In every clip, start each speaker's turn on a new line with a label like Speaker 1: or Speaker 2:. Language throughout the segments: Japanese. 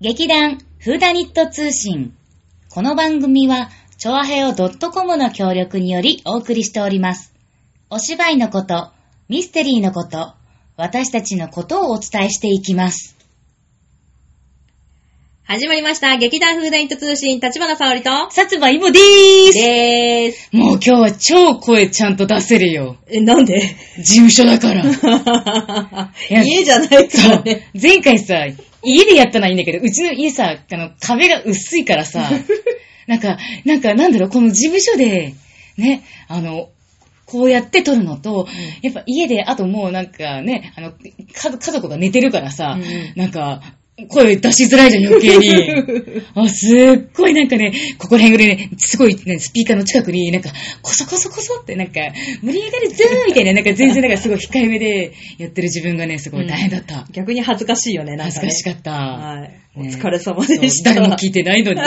Speaker 1: 劇団フーダニット通信。この番組は、チョアヘオ .com の協力によりお送りしております。お芝居のこと、ミステリーのこと、私たちのことをお伝えしていきます。
Speaker 2: 始まりました。劇団フーダイント通信、立花沙織と、
Speaker 1: 薩摩いもでーす
Speaker 2: でーす。
Speaker 1: もう今日は超声ちゃんと出せるよ。
Speaker 2: え、なんで
Speaker 1: 事務所だから。や
Speaker 2: 家じゃないからね。
Speaker 1: 前回さ、家でやったのはいいんだけど、うちの家さ、あの、壁が薄いから さ、なんか、なんか、なんだろう、この事務所で、ね、あの、こうやって撮るのと、やっぱ家で、あともうなんかね、あの、家家族が寝てるからさ、
Speaker 2: うん
Speaker 1: なんか、声出しづらいじゃん、余計 に。あ、すっごいなんかね、ここら辺ぐらいね、すごい、ね、スピーカーの近くに、なんか、コソコソコソってなんか、盛り上がるぞーみたいな、なんか全然なんかすごい控えめでやってる自分がね、すごい大変だった。
Speaker 2: 逆に恥ずかしいよね、なん
Speaker 1: 恥
Speaker 2: か、
Speaker 1: ず
Speaker 2: ね。
Speaker 1: かしかった。
Speaker 2: はい。お
Speaker 1: ね
Speaker 2: 疲れ様でした。
Speaker 1: そう誰も聞いてないの に。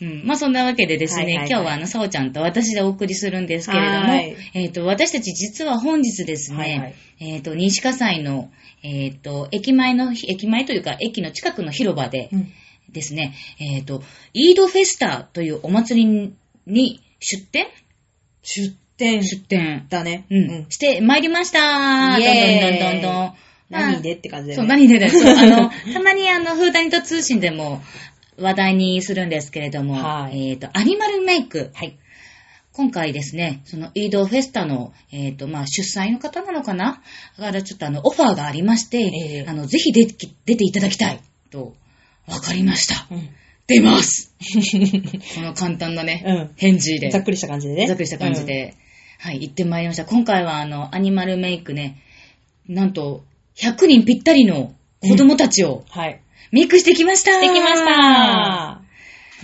Speaker 1: うん、まあそんなわけでですね、
Speaker 2: はいはいはい
Speaker 1: 今日はあの、さおちゃんと私でお送りするんですけれども
Speaker 2: はい、
Speaker 1: えっ、と、私たち実は本日ですね、
Speaker 2: はいはい
Speaker 1: えっ、と、西葛西の、えっ、と、駅前の、駅前というか、駅の近くの広場で
Speaker 2: うん
Speaker 1: ですね、えっ、と、イードフェスタというお祭りに出店
Speaker 2: 出店
Speaker 1: 出店、
Speaker 2: だね。
Speaker 1: うん、して参りました
Speaker 2: イエーイ
Speaker 1: どんどんどんどんどん。
Speaker 2: 何でって感じだよ
Speaker 1: そう、
Speaker 2: ね。
Speaker 1: 何でだよ。 そうあの、たまにあの、フーダニット通信でも話題にするんですけれども、
Speaker 2: はい
Speaker 1: えっ、と、アニマルメイク。
Speaker 2: はい。
Speaker 1: 今回ですね、その、イードフェスタの、えっ、と、まあ、主催の方なのかなからちょっとあの、オファーがありまして、
Speaker 2: ええ
Speaker 1: あの、ぜひ出てき出ていただきたい。と、わかりました。
Speaker 2: うん
Speaker 1: 出ます この簡単なね、
Speaker 2: うん
Speaker 1: 返事で。
Speaker 2: ざっくりした感じでね。
Speaker 1: ざっくりした感じで、はい、行ってまいりました。今回はあの、アニマルメイクね、なんと、100人ぴったりの子供たちを
Speaker 2: うん。はい。
Speaker 1: メイクしてきました、
Speaker 2: できました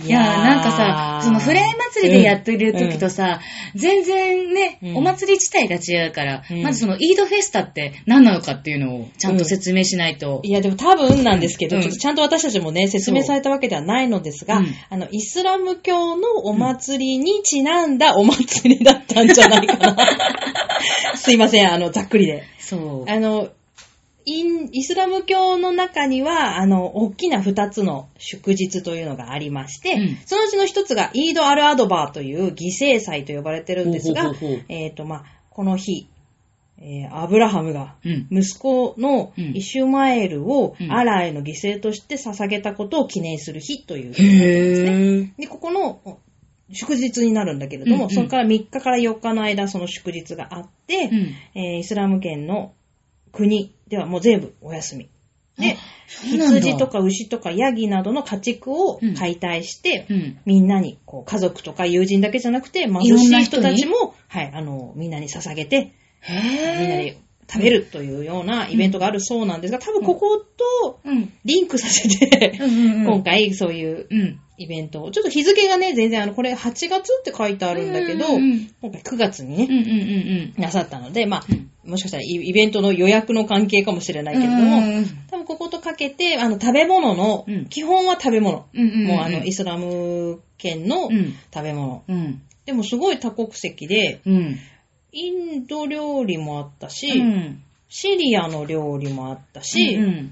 Speaker 1: いやー、なんかさ、そのフレイ祭りでやってる時とさ、全然ね、
Speaker 2: うん
Speaker 1: お祭り自体が違うから、
Speaker 2: うん
Speaker 1: まずそのイードフェスタって何なのかっていうのをちゃんと説明しないと。
Speaker 2: いや、でも多分なんですけど、
Speaker 1: うん
Speaker 2: ちょっとちゃんと私たちもね、説明
Speaker 1: そう
Speaker 2: されたわけではないのですが、
Speaker 1: うん
Speaker 2: あの、イスラム教のお祭りにちなんだお祭りだったんじゃないか な。すいません、あの、ざっくりで。
Speaker 1: そう。
Speaker 2: あの、インイスラム教の中には、あの、大きな二つの祝日というのがありまして、
Speaker 1: うん
Speaker 2: そのうちの一つが、イード・アル・アドバーという犠牲祭と呼ばれてるんです
Speaker 1: ほ
Speaker 2: が
Speaker 1: う、ほうほうほう
Speaker 2: えっ、と、まあ、この日、えーアブラハムが
Speaker 1: うん。
Speaker 2: 息子のイシュマエルを
Speaker 1: うん
Speaker 2: アラへの犠牲として捧げたことを記念する日という。
Speaker 1: へー。
Speaker 2: で、ここのお祝日になるんだけれども、
Speaker 1: うんうん
Speaker 2: それから3日から4日の間その祝日があって、
Speaker 1: うん。
Speaker 2: えーイスラム圏の国ではもう全部お休み。で、
Speaker 1: そうなんだ
Speaker 2: 羊とか牛とかヤギなどの家畜を解体して、
Speaker 1: うん。
Speaker 2: みんなに、こう、家族とか友人だけじゃなくて、貧しい人たちも、はい、あの、みんなに捧げて、みんな
Speaker 1: へ
Speaker 2: で食べるというようなイベントがあるそうなんですが、多分ここと
Speaker 1: ー。うん。
Speaker 2: リンクさせて、
Speaker 1: うんうんうん。
Speaker 2: 今回そういう
Speaker 1: うん。
Speaker 2: イベントを、ちょっと日付がね、全然あの、これ8月って書いてあるんだけど、
Speaker 1: うんうんうん
Speaker 2: 今回9月に
Speaker 1: うん
Speaker 2: ね、
Speaker 1: うんうん
Speaker 2: なさったので、まあ、
Speaker 1: うん
Speaker 2: もしかしたらイイベントの予約の関係かもしれな
Speaker 1: だ
Speaker 2: いけれども、多分こことかけて、あの、食べ物の、
Speaker 1: うん
Speaker 2: 基本は食べ物。もうあの、イ
Speaker 1: 一
Speaker 2: スラム圏
Speaker 1: う
Speaker 2: の
Speaker 1: ん
Speaker 2: 食べ物。
Speaker 1: うん。
Speaker 2: でもすごい多国籍で、
Speaker 1: うん。
Speaker 2: インド料理もあったし、
Speaker 1: うん。
Speaker 2: シリアの料理もあったし、
Speaker 1: うん。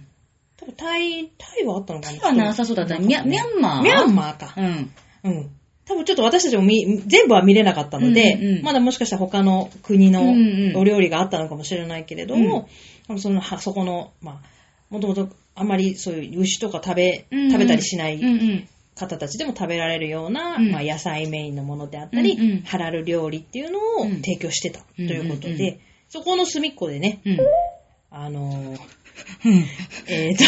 Speaker 2: 多分タイ、タイはあったのかな
Speaker 1: 今なさそうだったら、ミャミャンマー
Speaker 2: ミャンマーか。
Speaker 1: うん。
Speaker 2: うん。多分ちょっと私たちも見全部は見れなかったので、
Speaker 1: うんうん
Speaker 2: まだもしかしたら他の国の
Speaker 1: うんうん
Speaker 2: お料理があったのかもしれないけれど
Speaker 1: う
Speaker 2: も、多分その、はそこの、まあ、もともとあまりそういう牛とか食べ、
Speaker 1: うんうん
Speaker 2: 食べたりしな
Speaker 1: う
Speaker 2: い
Speaker 1: んうん。
Speaker 2: 方たちでも食べられるような、
Speaker 1: うん
Speaker 2: まあ、野菜メインのものであったり、
Speaker 1: うんうん
Speaker 2: ハラル料理っていうのを
Speaker 1: うん
Speaker 2: 提供してたということで、
Speaker 1: うんうんうん
Speaker 2: そこの隅っこでね、
Speaker 1: うん。
Speaker 2: あのー
Speaker 1: うん。
Speaker 2: えっ、と、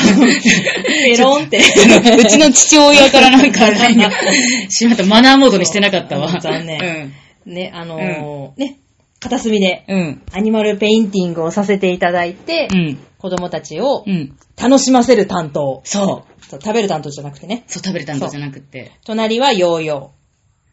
Speaker 2: ペロンって。
Speaker 1: うちの父親からなんかないよ。しまった、マナーモードにしてなかったわ。
Speaker 2: そう残念。ね、あのーね、片隅で
Speaker 1: うん。うん。
Speaker 2: アニマルペインティングをさせていただいて、
Speaker 1: うん。
Speaker 2: 子供たちを
Speaker 1: うん。
Speaker 2: 楽しませる担当。
Speaker 1: そう。
Speaker 2: そう食べる担当じゃなくてね。
Speaker 1: そう、食べれたんだじゃなくて。
Speaker 2: 隣はヨーヨ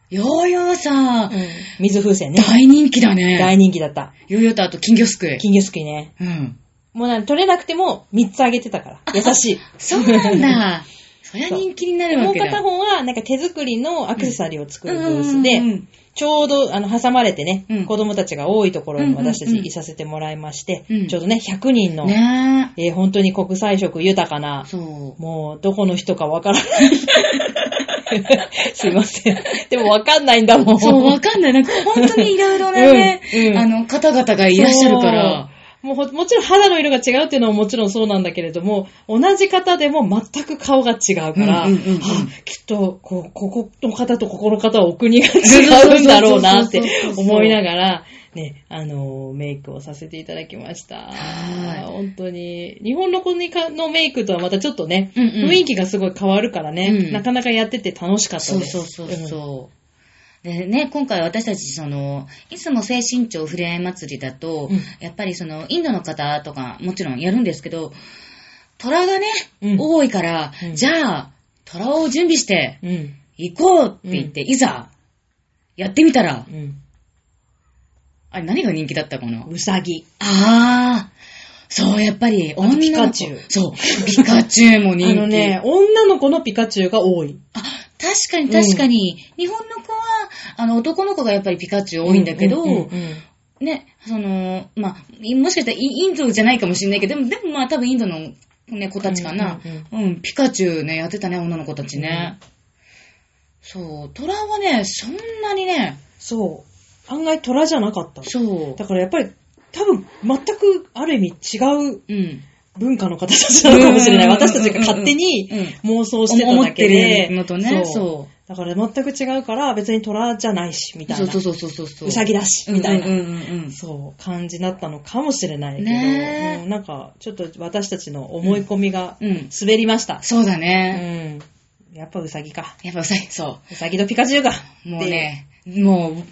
Speaker 1: ヨーヨーさ
Speaker 2: ー。、水風船ね。
Speaker 1: 大人気だね。
Speaker 2: 大人気だった。
Speaker 1: ヨーヨーとあと金魚すくい。
Speaker 2: 金魚すくいね。
Speaker 1: うん。
Speaker 2: もうなん取れなくても3つあげてたから。優しい。
Speaker 1: そうなんだ。そりゃ人気になる
Speaker 2: も
Speaker 1: わ
Speaker 2: う
Speaker 1: けだ。
Speaker 2: 片方は、なんか手作りのアクセサリーを作るブース
Speaker 1: うんうんうんう
Speaker 2: で
Speaker 1: ん、
Speaker 2: ちょうど、あの、挟まれてね、
Speaker 1: うん
Speaker 2: 子供たちが多いところに私た
Speaker 1: うん
Speaker 2: ち
Speaker 1: うんうん
Speaker 2: いさせてもらいまして、
Speaker 1: うん
Speaker 2: ちょうどね、100人の、
Speaker 1: ね
Speaker 2: えー本当に国際色豊かな
Speaker 1: え。、そう。
Speaker 2: もう、どこの人かわからない。 すいま せん。でもわかんないんだもん。
Speaker 1: そう、わかんない。なんか、本当にいろいろなね
Speaker 2: うんう、ん
Speaker 1: あの、方々がいらっしゃるから。
Speaker 2: そう。もうほもちろん肌の色が違うっていうのはもちろんそうなんだけれども、同じ方でも全く顔が違うから、
Speaker 1: うんうんうんうん
Speaker 2: あきっとこう、ここの方とここの方はお国が違うんだろうなって
Speaker 1: そうそうそうそう
Speaker 2: 思いながら、ね、あのーメイクをさせていただきました。
Speaker 1: はい
Speaker 2: 本当に、日本の子にかのメイクとはまたちょっとね、
Speaker 1: うんうん
Speaker 2: 雰囲気がすごい変わるからね、
Speaker 1: うん
Speaker 2: なかなかやってて楽しかった
Speaker 1: そう
Speaker 2: です。
Speaker 1: そうそう
Speaker 2: うん
Speaker 1: そう。でね、今回私たち、その、いつも精神庁ふれあい祭りだと、
Speaker 2: うん
Speaker 1: やっぱりその、インドの方とか、もちろんやるんですけど、虎がね、
Speaker 2: うん
Speaker 1: 多いから、
Speaker 2: うん
Speaker 1: じゃあ、虎を準備して、
Speaker 2: うん。
Speaker 1: 行こうって言って、いざ、やってみたら、
Speaker 2: うん。
Speaker 1: あれ何が人気だったかな
Speaker 2: うさぎ。
Speaker 1: ああ、そう、やっぱり、女の子。
Speaker 2: ピカチュウ
Speaker 1: そう、ピカチュウも人気。
Speaker 2: あのね、女の子のピカチュウが多い。
Speaker 1: あ、確かに確かに、日本の子は、あの、男の子がやっぱりピカチュウ多いんだけど、
Speaker 2: うんうんうん
Speaker 1: ね、その、まあ、いもしかしたらイインドじゃないかもしれないけど、でも、でもまあ多分インドの、ね、子たちかな。
Speaker 2: う
Speaker 1: うんんピカチュウね、やってたね、女の子たちね。そう、トラはね、そんなにね、
Speaker 2: そう。案外虎じゃなかった。
Speaker 1: そう、
Speaker 2: だからやっぱり、多分、全く、ある意味違う
Speaker 1: うん。
Speaker 2: 文化の方たちなのかもしれない。
Speaker 1: うんうんうんうん
Speaker 2: 私たちが勝手に妄想してた
Speaker 1: 思
Speaker 2: だ
Speaker 1: っ
Speaker 2: け
Speaker 1: て
Speaker 2: で。
Speaker 1: るのとね、そ
Speaker 2: だから全く違うから、別に虎じゃないし、み
Speaker 1: う。
Speaker 2: たい
Speaker 1: そ
Speaker 2: な。
Speaker 1: うそうそうそうそうそう。
Speaker 2: うさぎだし、みたいな。
Speaker 1: うんうんうんうん
Speaker 2: そう、感じだったのかもしれないけど、
Speaker 1: ねえ
Speaker 2: うんなんか、ちょっと私たちの思い込みが
Speaker 1: うんうん
Speaker 2: 滑りました。
Speaker 1: そうだ
Speaker 2: うん
Speaker 1: ね。
Speaker 2: やっぱうさぎか。
Speaker 1: やっぱうさぎ、そう。
Speaker 2: うさぎとピカチュウか。
Speaker 1: もうね、も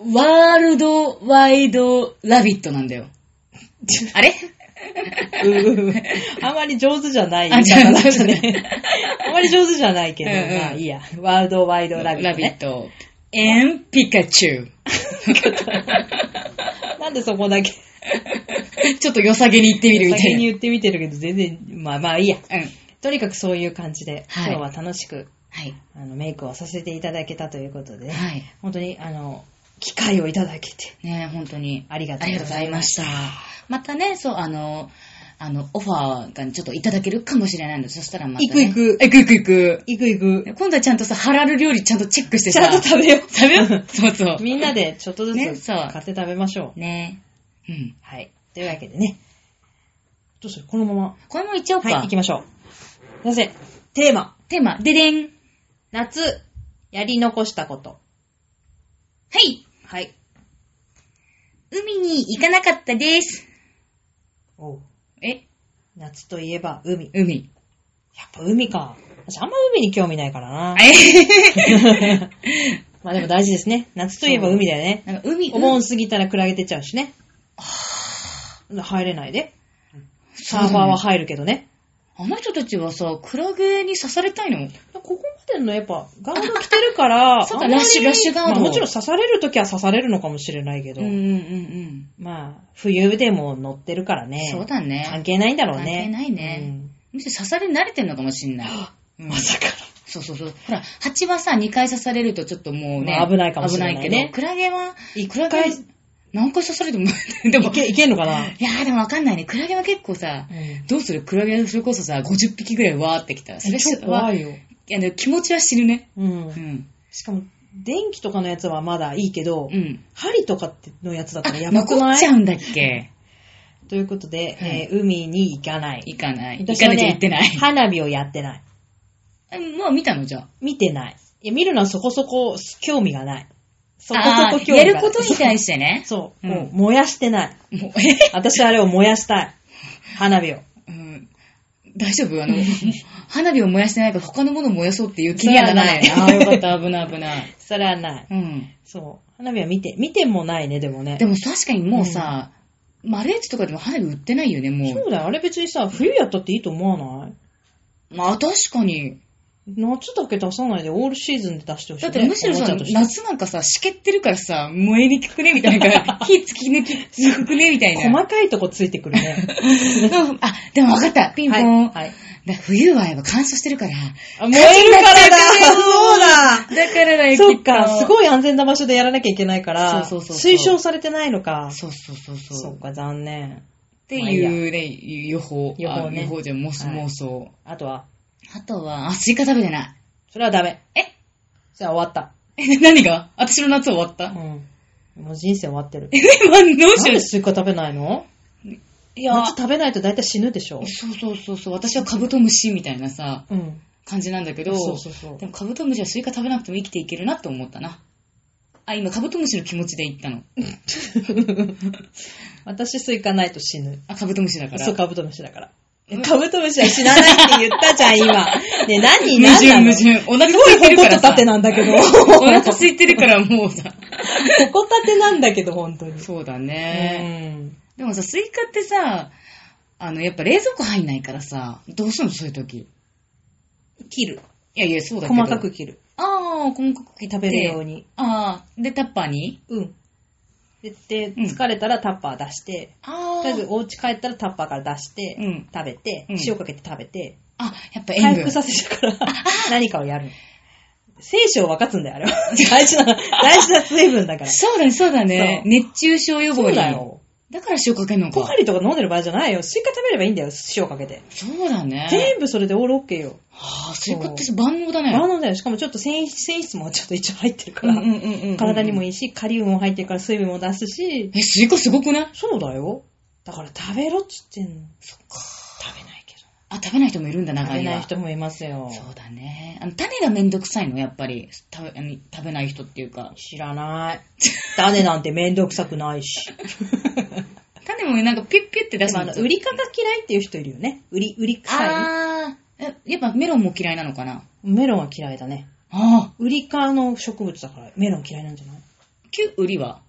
Speaker 1: う、ワールドワイドラビットなん だよ。あれ
Speaker 2: っていう。うん あまり上手じゃない
Speaker 1: あ
Speaker 2: 言い方だっ
Speaker 1: 上手
Speaker 2: た
Speaker 1: じゃ
Speaker 2: ね。 あまり上手じゃないけど、
Speaker 1: うんうん
Speaker 2: まあいいや。ワールドワイドラビット、ね。
Speaker 1: ト。エンピカチュウ。
Speaker 2: なんでそこだけ
Speaker 1: ちょっと良さげに言ってみるみた
Speaker 2: 先に
Speaker 1: い
Speaker 2: 言ってみてるけど、全然、まあまあいいや。
Speaker 1: な。うん。
Speaker 2: とにかくそういう感じで、
Speaker 1: はい
Speaker 2: 今日は楽しく
Speaker 1: はい。
Speaker 2: あのメイクをさせていただけたということで、
Speaker 1: はい。
Speaker 2: 本当にあの、機会をいただけて、
Speaker 1: ね本当に。
Speaker 2: ありが
Speaker 1: あ
Speaker 2: とう
Speaker 1: り
Speaker 2: ご
Speaker 1: がとうご
Speaker 2: ざ
Speaker 1: ざ
Speaker 2: い
Speaker 1: いま
Speaker 2: まし。
Speaker 1: したた。またね、そう、あの、あの、オファーがちょっといただけるかもしれないので、そしたらまた、ね。
Speaker 2: 行く行く
Speaker 1: 行く行く
Speaker 2: 行く行
Speaker 1: 行
Speaker 2: く。
Speaker 1: く。今度はちゃんとさ、ハラル料理ちゃんとチェックして
Speaker 2: ち
Speaker 1: さ。
Speaker 2: ゃんと食べよう。
Speaker 1: 食べよう。そうそう。
Speaker 2: みんなでちょっとず
Speaker 1: ね
Speaker 2: つ
Speaker 1: そう
Speaker 2: 買って食べましょう。
Speaker 1: ねうん。
Speaker 2: はい。というわけでね。どうするこのまま。
Speaker 1: これもいっちゃおうか。
Speaker 2: はい、行きましょう。なぜ、テーマ。
Speaker 1: テーマ、ででん。
Speaker 2: 夏、やり残したこと。
Speaker 1: はい。
Speaker 2: はい。
Speaker 1: 海に行かなかったです。
Speaker 2: おう
Speaker 1: え
Speaker 2: 夏といえば海。や
Speaker 1: 海。
Speaker 2: っぱ海か。私あんま海に興味ないからな。まあでも大事ですね。夏といえば海だよね。
Speaker 1: なんか海、
Speaker 2: お盆過ぎたらクラゲ出ちゃうしね。入れないで。サーファーは
Speaker 1: そうだね
Speaker 2: 入るけどね。
Speaker 1: あの人たちはさ、クラゲに刺されたいの
Speaker 2: ここまでのやっぱ、ガード着てるから、
Speaker 1: そうか
Speaker 2: あんま
Speaker 1: ラ
Speaker 2: り
Speaker 1: ッシュラッシュガード
Speaker 2: まあもちろん刺されるときは刺されるのかもしれないけど。
Speaker 1: ん
Speaker 2: まあ、冬でも乗ってるからね。
Speaker 1: そうだね。
Speaker 2: 関係ないんだろう
Speaker 1: 関係
Speaker 2: ね。
Speaker 1: ないねむしろ刺され慣れてんのかもしんない。
Speaker 2: うん。まさか。
Speaker 1: そうそうそう。ほら、蜂はさ、2回刺されるとちょっともうね。
Speaker 2: まあ危ないかもしれないね
Speaker 1: 危けどクラゲは、
Speaker 2: 一
Speaker 1: クラゲ
Speaker 2: 回、
Speaker 1: 何回刺されても、 でも、
Speaker 2: いけ、いけんのかな、
Speaker 1: いやーでもわかんないね。クラゲは結構さ、どうするクラゲそれこそさ、50匹ぐらいわーってきたら、それ
Speaker 2: ちょっと
Speaker 1: は
Speaker 2: 怖いよ。
Speaker 1: いや、でも気持ちは死ぬね。
Speaker 2: う。
Speaker 1: うんん。
Speaker 2: しかも、電気とかのやつはまだいいけど、
Speaker 1: うん。
Speaker 2: 針とかってのやつだったらやばく
Speaker 1: 残
Speaker 2: な
Speaker 1: っ
Speaker 2: い
Speaker 1: ちゃうんだっけ
Speaker 2: ということで、
Speaker 1: はい
Speaker 2: えー海に行かない。
Speaker 1: 行かない。行
Speaker 2: 私
Speaker 1: か
Speaker 2: は
Speaker 1: な
Speaker 2: ね
Speaker 1: きゃ行ってない。
Speaker 2: 花火をやってない。
Speaker 1: えもう見たのじゃあ。
Speaker 2: 見てない。いや、見るのはそこそこ興味がない。そこそ
Speaker 1: あ
Speaker 2: こ
Speaker 1: ー
Speaker 2: 興味がな
Speaker 1: や
Speaker 2: い。
Speaker 1: ることに対してね。
Speaker 2: そう。
Speaker 1: うん
Speaker 2: もう燃やしてない。
Speaker 1: もう、え
Speaker 2: 私はあれを燃やしたい。花火を。
Speaker 1: うん大丈夫あの、花火を燃やしてないから他のものを燃やそうっていう気にはなら ない。
Speaker 2: それ
Speaker 1: あ
Speaker 2: はな
Speaker 1: あ
Speaker 2: い
Speaker 1: ー、よかった、危ない、危ない。
Speaker 2: それはない。
Speaker 1: うん。
Speaker 2: そう。花火は見て、見てもないね、でもね。
Speaker 1: でも確かにもうさ、マレーチとかでも花火売ってないよね、も。
Speaker 2: そうだよ。あれ別にさ、冬やったっていいと思わないう
Speaker 1: まあ確かに。
Speaker 2: 夏だけ出さないで、オールシーズンで出してほしい、
Speaker 1: だ
Speaker 2: ね。
Speaker 1: ってむしろ
Speaker 2: おもち
Speaker 1: さ
Speaker 2: ゃと、して
Speaker 1: 夏なんかさ、湿気ってるからさ、燃えにくくねみたい な。火突き抜き、にくくねみたいな。
Speaker 2: 細かいとこついてくるね。
Speaker 1: あ、でも分かった。ピンポン。
Speaker 2: はい。
Speaker 1: だ冬はやっぱ乾燥してるから。
Speaker 2: あ燃えるからだそうだ
Speaker 1: だからだよ、
Speaker 2: そ
Speaker 1: き
Speaker 2: っ
Speaker 1: っと
Speaker 2: か、すごい安全な場所でやらなきゃいけないから、
Speaker 1: そうそうそうそう
Speaker 2: 推奨されてないのか。
Speaker 1: そうそうそうそう。
Speaker 2: そっか、残念。
Speaker 1: って
Speaker 2: まあいいや
Speaker 1: いうね、予報。
Speaker 2: 予報ね
Speaker 1: あ予報じゃん、妄想。
Speaker 2: はい
Speaker 1: 妄想
Speaker 2: あとは、
Speaker 1: あとは、あ、スイカ食べてない。
Speaker 2: それはダメ。
Speaker 1: え
Speaker 2: じゃあ終わった。
Speaker 1: え、 何が私の夏終わった
Speaker 2: うん。もう人生終わってる。
Speaker 1: え、まあ、どうし
Speaker 2: なん
Speaker 1: よ
Speaker 2: で
Speaker 1: う。
Speaker 2: スイカ食べないの
Speaker 1: いや、
Speaker 2: 夏食べないと大体死ぬでしょ
Speaker 1: そうそうそうそう、私はカブトムシみたいなさ、
Speaker 2: うん。
Speaker 1: 感じなんだけど、
Speaker 2: そうそうそう
Speaker 1: で。もカブトムシはスイカ食べなくても生きていけるなって思ったな。あ、今カブトムシの気持ちで言ったの。
Speaker 2: 私スイカないと死ぬ。
Speaker 1: あ、カブトムシだから。
Speaker 2: そう、カブトムシだから。え
Speaker 1: うん
Speaker 2: カブトムシは死なないって言ったじゃん、今。ね、何
Speaker 1: 矛盾
Speaker 2: 何な
Speaker 1: 矛
Speaker 2: の
Speaker 1: 盾。お腹
Speaker 2: す
Speaker 1: 空い
Speaker 2: ご
Speaker 1: てる
Speaker 2: い
Speaker 1: か
Speaker 2: ホコ
Speaker 1: ら
Speaker 2: タ
Speaker 1: さ
Speaker 2: タ。テなんだけど。
Speaker 1: お腹空いてるからもうさ。
Speaker 2: ここたてなんだけど、本当に。
Speaker 1: そうだ
Speaker 2: う
Speaker 1: ね、
Speaker 2: ん。
Speaker 1: でもさ、スイカってさ、あの、やっぱ冷蔵庫入んないからさ、どうすんのそういう時。
Speaker 2: 切る。
Speaker 1: いやいや、そうだけど。
Speaker 2: 細かく。切る。
Speaker 1: ああ、細かく切って
Speaker 2: 食べるよう。に。
Speaker 1: ああ、で、タッパーに
Speaker 2: うん。で、で
Speaker 1: うん
Speaker 2: 疲れたらタッパー出して、
Speaker 1: あ
Speaker 2: とりあえずお家帰ったらタッパーから出して、
Speaker 1: うん
Speaker 2: 食べて
Speaker 1: うん、
Speaker 2: 塩かけて食べて、
Speaker 1: あ、やっぱ
Speaker 2: 回
Speaker 1: 塩
Speaker 2: 復
Speaker 1: 分。
Speaker 2: させてから何かをや る。聖書を分かつんだよ、あれ は。大事な、大事な水分だから。
Speaker 1: そうだね、そうだね。
Speaker 2: そう
Speaker 1: 熱中症予防に。
Speaker 2: そうだよ。
Speaker 1: だから塩かけんの
Speaker 2: ポ
Speaker 1: か
Speaker 2: カ。リとか飲んでる場合じゃないよ。スイカ食べればいいんだよ、塩かけて。
Speaker 1: そうだね。
Speaker 2: 全部それでオールオッケーよ。
Speaker 1: はあ、スイカって万能だね。
Speaker 2: あのね、しかもちょっと繊維繊維質もちょっと一応入ってるか
Speaker 1: うん
Speaker 2: ら、
Speaker 1: うんうんうんうん
Speaker 2: 体にもいいし、カリウムも入ってるから水分も出すし、
Speaker 1: え、スイカすごくない
Speaker 2: そうだよ。だから食べろっつってんの。そっか。食べないけど。
Speaker 1: あ、食べない人もいるんだ、中
Speaker 2: 食べ
Speaker 1: には。
Speaker 2: ない人もいますよ。
Speaker 1: そうだね。あの、種がめんどくさいの、やっぱり。食べあの食べない人っていうか。
Speaker 2: 知らない。種なんてめんどくさくないし。
Speaker 1: 種もなんかピュッピュって出
Speaker 2: ですもあ
Speaker 1: の。
Speaker 2: の、売り方嫌いっていう人いるよね。売り、売り臭い。
Speaker 1: あーえやっぱメロンも嫌いなのかな
Speaker 2: メロンは嫌いだね。
Speaker 1: ああ。
Speaker 2: 売り科の植物だからメロン嫌いなんじゃない
Speaker 1: キュウリは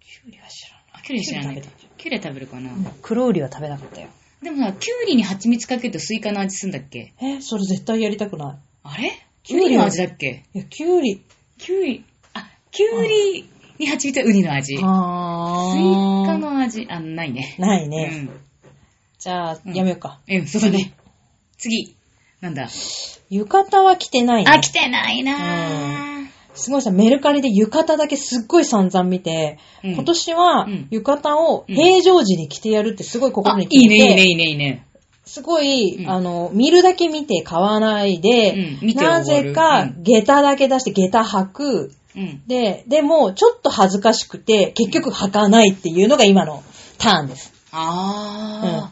Speaker 2: キュウリは知らない。
Speaker 1: あキュウリ知らない
Speaker 2: キュウリ食べた。
Speaker 1: キュウリは食べるかな、
Speaker 2: 黒ウリは食べなかったよ。
Speaker 1: でもさ、キュウリに蜂蜜かけるとスイカの味すんだっけ
Speaker 2: え、それ絶対やりたくな
Speaker 1: あれ
Speaker 2: キ
Speaker 1: キュ
Speaker 2: ュウ
Speaker 1: ウ
Speaker 2: リ
Speaker 1: リの味だっけ
Speaker 2: い。いや、キュウリ。
Speaker 1: キュウリ。あ、キュウリに蜂蜜はウニの味。スイ
Speaker 2: あ
Speaker 1: カの味、あ、ないね。
Speaker 2: ない
Speaker 1: うん
Speaker 2: ね。。じゃあ、
Speaker 1: うん
Speaker 2: やめようか。
Speaker 1: うん、そうだね。次。なんだ。
Speaker 2: 浴衣は着てないね。
Speaker 1: あ、来てないなぁ。
Speaker 2: すごいさ、メルカリで浴衣だけすっごい散々見て、
Speaker 1: うん
Speaker 2: 今年は
Speaker 1: うん
Speaker 2: 浴衣を平常時に着てやるってすごい心
Speaker 1: あ、
Speaker 2: に
Speaker 1: い
Speaker 2: 決
Speaker 1: い
Speaker 2: め
Speaker 1: ね、
Speaker 2: て、
Speaker 1: いいね、いいね、いいね。
Speaker 2: すごい、
Speaker 1: うん
Speaker 2: あの、見るだけ見て買わないで、
Speaker 1: うん見て
Speaker 2: な
Speaker 1: 終わる
Speaker 2: ぜか
Speaker 1: うん
Speaker 2: 下駄だけ出して下駄履く。
Speaker 1: うん。
Speaker 2: で、でも、ちょっと恥ずかしくて、結局履かないっていうのが今のターンです。
Speaker 1: あ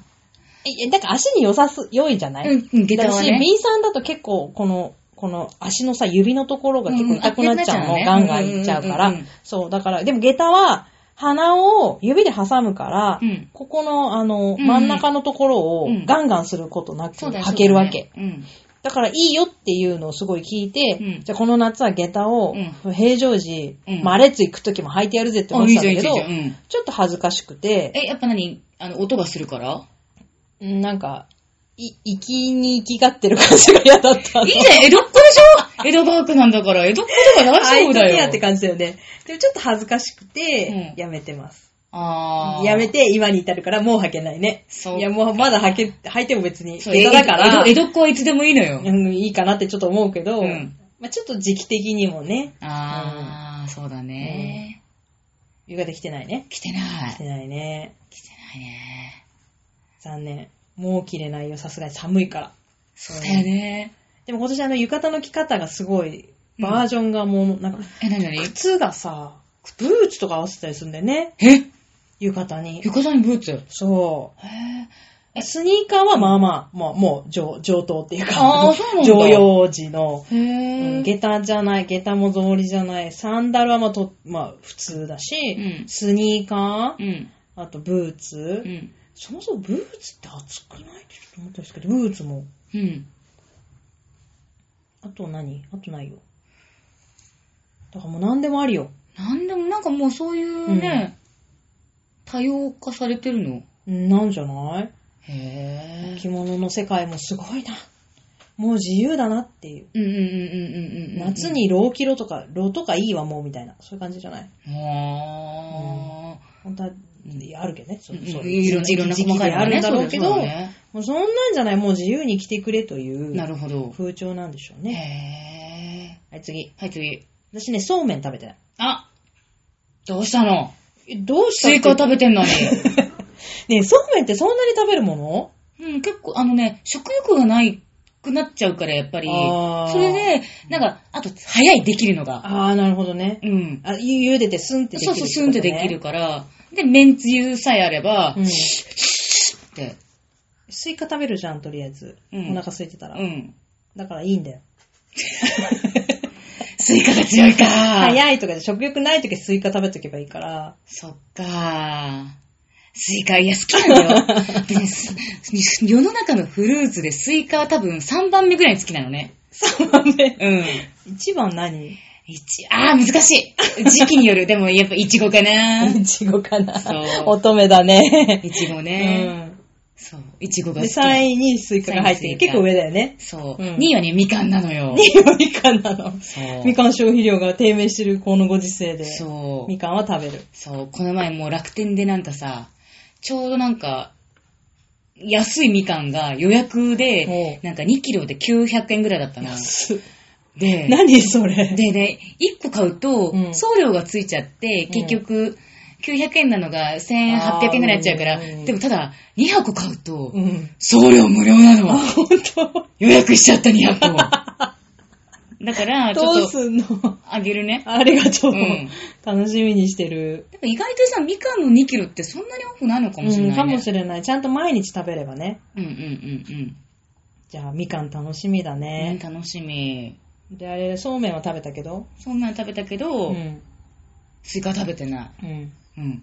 Speaker 2: え、だから足に良さす、良いじゃな
Speaker 1: あ。
Speaker 2: い、
Speaker 1: うん、うん、下駄は
Speaker 2: 私、
Speaker 1: ね。
Speaker 2: B さんだと結構、この、この足のさ、指のところが結構痛くなっちゃうの。
Speaker 1: うん
Speaker 2: ガンガンいっちゃうか
Speaker 1: うんう
Speaker 2: ら
Speaker 1: んうんうん。
Speaker 2: そう、だから、でも下駄は、鼻を指で挟むから、
Speaker 1: うん
Speaker 2: ここの、あの、
Speaker 1: うん
Speaker 2: 真ん中のところを
Speaker 1: うん
Speaker 2: ガンガンすることなく
Speaker 1: そうだよ
Speaker 2: 履けるわけ。だ。
Speaker 1: そうだね
Speaker 2: からいいよっていうのをすごい聞いて、
Speaker 1: うん
Speaker 2: じゃあこの夏は下駄を
Speaker 1: う
Speaker 2: 平常時、
Speaker 1: うん
Speaker 2: まあ、レッツ行く時も履いてやるぜって
Speaker 1: うん。
Speaker 2: 思
Speaker 1: あ、
Speaker 2: っ
Speaker 1: い
Speaker 2: て
Speaker 1: い
Speaker 2: たん
Speaker 1: じゃん、
Speaker 2: だ
Speaker 1: いい
Speaker 2: け
Speaker 1: じゃん、いい
Speaker 2: ど
Speaker 1: じゃん。うん。
Speaker 2: ちょっと恥ずかしくて、
Speaker 1: え、やっぱ何あの、音がするから
Speaker 2: うんなんか、い、行きに行きがってる感じが嫌だったの
Speaker 1: いいじゃん、江戸っ子でしょ江戸川区なんだから、江戸っ子とか大
Speaker 2: アイ
Speaker 1: 丈
Speaker 2: ド
Speaker 1: 夫
Speaker 2: ル
Speaker 1: だ
Speaker 2: ケアって
Speaker 1: よ。
Speaker 2: 感じだよね。でもちょっと恥ずかしくて
Speaker 1: う、ん
Speaker 2: やめてます。
Speaker 1: ああ。
Speaker 2: やめて、今に至るからもう履けないね。
Speaker 1: そう
Speaker 2: いや、もうまだ履け、履いても別に、
Speaker 1: そう江
Speaker 2: 下
Speaker 1: 戸
Speaker 2: 駄だから、
Speaker 1: 江戸江戸っ子はいつでもいいのよ。
Speaker 2: うんいいかなってちょっと思うけど、
Speaker 1: うん
Speaker 2: まあちょっと時期的にもね、
Speaker 1: ああ、そうだね。
Speaker 2: 浴衣着てないね。
Speaker 1: 来てな
Speaker 2: 着
Speaker 1: い。
Speaker 2: てないね。
Speaker 1: 来てないね。
Speaker 2: 残念。もう着れないよ、さすがに寒いから。
Speaker 1: そうだよね。
Speaker 2: でも今年あの浴衣の着方がすごい、バージョンがもう、なんか、
Speaker 1: え、なになに
Speaker 2: 靴がさ、ブーツとか合わせたりするんだよね。
Speaker 1: え
Speaker 2: 浴衣に。
Speaker 1: 浴衣にブーツ
Speaker 2: そう。
Speaker 1: へえ。
Speaker 2: スニーカーはまあまあ、もう、もう上、上等っていうか、
Speaker 1: あーそうなんだ
Speaker 2: 常用時の、
Speaker 1: へ
Speaker 2: うん
Speaker 1: え。
Speaker 2: 下駄じゃない、下駄も草履じゃない、サンダルはまあと、まあ普通だし、
Speaker 1: うん
Speaker 2: スニーカ
Speaker 1: う
Speaker 2: ー、
Speaker 1: ん。
Speaker 2: あとブーツ、
Speaker 1: うん。
Speaker 2: そもそもブーツって厚くないってちょっと思ったんですけど、ブーツも。
Speaker 1: うん。
Speaker 2: あと何あとないよ。だからもう何でもあるよ。
Speaker 1: なんでもなんかもうそういうね、多様化されてるの。
Speaker 2: うんなんじゃない
Speaker 1: へ
Speaker 2: 着物の世界もすごいな。もう自由だなっていう。
Speaker 1: うんうんうんうんうんうん。
Speaker 2: 夏。にローキロとか、ローとかいいわもうみたいな、そういう感じじゃない
Speaker 1: ああ。
Speaker 2: 本当はいやあるけどね。そ
Speaker 1: うん
Speaker 2: そう
Speaker 1: いろんな、いろんな細かいのが
Speaker 2: 時期であるんだろう
Speaker 1: ね
Speaker 2: け
Speaker 1: そ
Speaker 2: ど、
Speaker 1: だね
Speaker 2: もうそんなんじゃない、もう自由に来てくれという
Speaker 1: なるほど。
Speaker 2: 風潮なんでしょう
Speaker 1: へ
Speaker 2: ね。
Speaker 1: え。
Speaker 2: はい、次。
Speaker 1: はい、次。
Speaker 2: 私ね、そうめん食べてない。
Speaker 1: あどうしたの
Speaker 2: えどうした
Speaker 1: スイカ
Speaker 2: って
Speaker 1: 食べてんのに。
Speaker 2: ねえそうめんってそんなに食べるもの
Speaker 1: うん、結構、あのね、食欲がないくなっちゃうから、やっぱり。
Speaker 2: あー
Speaker 1: それで、なんか、あと、早い、できるのが。
Speaker 2: ああ、なるほどね。
Speaker 1: うん。
Speaker 2: あ、ゆ茹でてスンってできる
Speaker 1: そう
Speaker 2: って
Speaker 1: そう、
Speaker 2: ことね。
Speaker 1: スンってできるから。で、めんつゆさえあれば、
Speaker 2: うん。
Speaker 1: って。
Speaker 2: スイカ食べるじゃん、とりあえず。
Speaker 1: うん
Speaker 2: お腹空いてたら。
Speaker 1: うん。
Speaker 2: だからいいんだよ。
Speaker 1: スイカが強いか。い。
Speaker 2: 早いとかで食欲ない時はスイカ食べとけばいいから。
Speaker 1: そっか。スイカ、いや、好きなんだ よ。でね、す世の中のフルーツでスイカは多分3番目ぐらいに好きなのね。
Speaker 2: 3番目。
Speaker 1: うん。
Speaker 2: 一番何
Speaker 1: 一、あー、難しい。時期による。でも、やっぱ、いちごかな。
Speaker 2: いちごかな
Speaker 1: そう。
Speaker 2: 乙女だね。
Speaker 1: いちご
Speaker 2: う
Speaker 1: ね。
Speaker 2: ん。
Speaker 1: そう。いちごが
Speaker 2: で、
Speaker 1: 好
Speaker 2: 3
Speaker 1: き。
Speaker 2: 位にスイカが入って
Speaker 1: 三位
Speaker 2: る。
Speaker 1: にスイカ
Speaker 2: 結構上だよね。
Speaker 1: そう。
Speaker 2: うん
Speaker 1: 2位はね、みかんなのよ。
Speaker 2: 2位はみかんなの。
Speaker 1: そう。
Speaker 2: みかん消費量が低迷してるこのご時世で。
Speaker 1: そう
Speaker 2: み。かんは食べる。
Speaker 1: そう。この前もう楽天でなんかさ、ちょうどなんか、安いみかんが予約
Speaker 2: お
Speaker 1: で
Speaker 2: う、
Speaker 1: なんか2キロで900円ぐらいだったの。で、
Speaker 2: 何それ
Speaker 1: でね、1個買うと
Speaker 2: う、ん
Speaker 1: 送料がついちゃって、
Speaker 2: うん
Speaker 1: 結局、900円なのが1800円ぐらいになっちゃうから、
Speaker 2: あーうん
Speaker 1: でもただ、2箱買うと
Speaker 2: う、ん。
Speaker 1: 送料無料なの。
Speaker 2: 本当
Speaker 1: 予約しちゃった200個。 だから、ち
Speaker 2: ど
Speaker 1: ょ
Speaker 2: う
Speaker 1: っと、
Speaker 2: すんの
Speaker 1: あげるね。
Speaker 2: ありがとう、
Speaker 1: うん
Speaker 2: 楽しみにしてる。
Speaker 1: でも意外とさ、みかんの2キロってそんなに多くないのかもしれ
Speaker 2: う
Speaker 1: なんい
Speaker 2: か
Speaker 1: ね。
Speaker 2: もしれない。ちゃんと毎日食べればね。
Speaker 1: うんうんうんうん。
Speaker 2: じゃあ、みかん楽しみだ
Speaker 1: ね
Speaker 2: ね。
Speaker 1: 楽しみ。
Speaker 2: で、あれ、そうめんは食べたけど。
Speaker 1: そんなん食べたけど、
Speaker 2: うん。
Speaker 1: スイカ食べてない。
Speaker 2: うん。
Speaker 1: うん。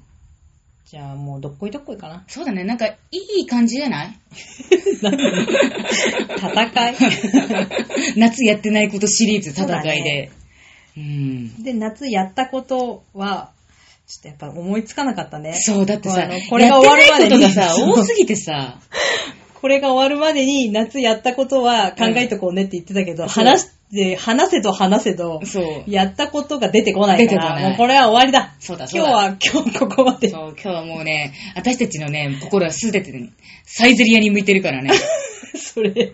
Speaker 2: じゃあ、もう、どっこいどっこい
Speaker 1: 。
Speaker 2: かな
Speaker 1: そうだね、なんかいい感じじゃない
Speaker 2: 戦 い。
Speaker 1: 夏やってないことシリーズ戦
Speaker 2: そうだ
Speaker 1: いで
Speaker 2: ね。
Speaker 1: うん。
Speaker 2: で、夏やったことは、ちょっとやっぱ思いつかなかったね。
Speaker 1: そう、だってさ
Speaker 2: あの、これが終わるまでに
Speaker 1: やってないことがさ、
Speaker 2: そう
Speaker 1: 多すぎてさ、
Speaker 2: これが終わるまでに夏やったことは考えとこうねって言ってたけど、
Speaker 1: うん
Speaker 2: 話して、話せと話せと、
Speaker 1: そう。
Speaker 2: やったことが出てこないか
Speaker 1: 出てこな
Speaker 2: ら、
Speaker 1: い
Speaker 2: もうこれは終わりだ。
Speaker 1: そうだそう
Speaker 2: 今
Speaker 1: だ
Speaker 2: 日は、今日ここまで。
Speaker 1: そう、今日はもうね、私たちのね、心はすべてねサイゼリアに向いてる からね。
Speaker 2: それ、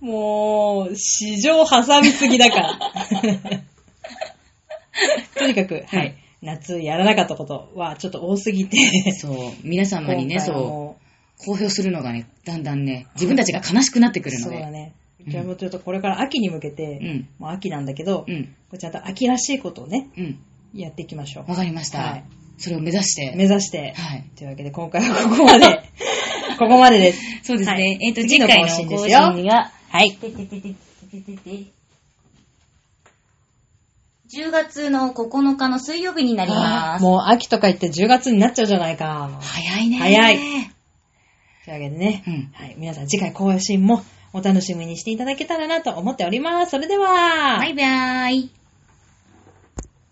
Speaker 2: もう、市場挟みすぎ だから。とにかく、はい。
Speaker 1: はい
Speaker 2: 夏やらなかったことはちょっと多すぎて、
Speaker 1: そう、皆様にね、
Speaker 2: 今回
Speaker 1: そう、
Speaker 2: はも
Speaker 1: 公表するのがね、だんだんね、自分たちが悲しくなってく
Speaker 2: う
Speaker 1: るの
Speaker 2: そうだ
Speaker 1: で。
Speaker 2: ね。じゃあもうちょっとこれから秋に向けて、
Speaker 1: うん
Speaker 2: もう秋なんだけど、
Speaker 1: うん、
Speaker 2: こうちゃんと秋らしいことをね、
Speaker 1: うん。
Speaker 2: やっていきましょう
Speaker 1: わ。かりました、
Speaker 2: はい
Speaker 1: それを目指して。
Speaker 2: 目指して。
Speaker 1: はい。
Speaker 2: というわけで、今回はここ まで。ここまでです。
Speaker 1: そうですね。
Speaker 2: はい
Speaker 1: えっ、と、次
Speaker 2: 次の
Speaker 1: 回の
Speaker 2: 更新
Speaker 1: 更
Speaker 2: ですよ
Speaker 1: 新が、
Speaker 2: はい。
Speaker 1: 10月の9日の水曜日になります。
Speaker 2: もう秋とか言って10月になっちゃうじゃないか。
Speaker 1: 早いね。
Speaker 2: 早いというわけでね、
Speaker 1: うん
Speaker 2: はい、皆さん次回更新もお楽しみにしていただけたらなと思っております。それでは、
Speaker 1: バイバーイ。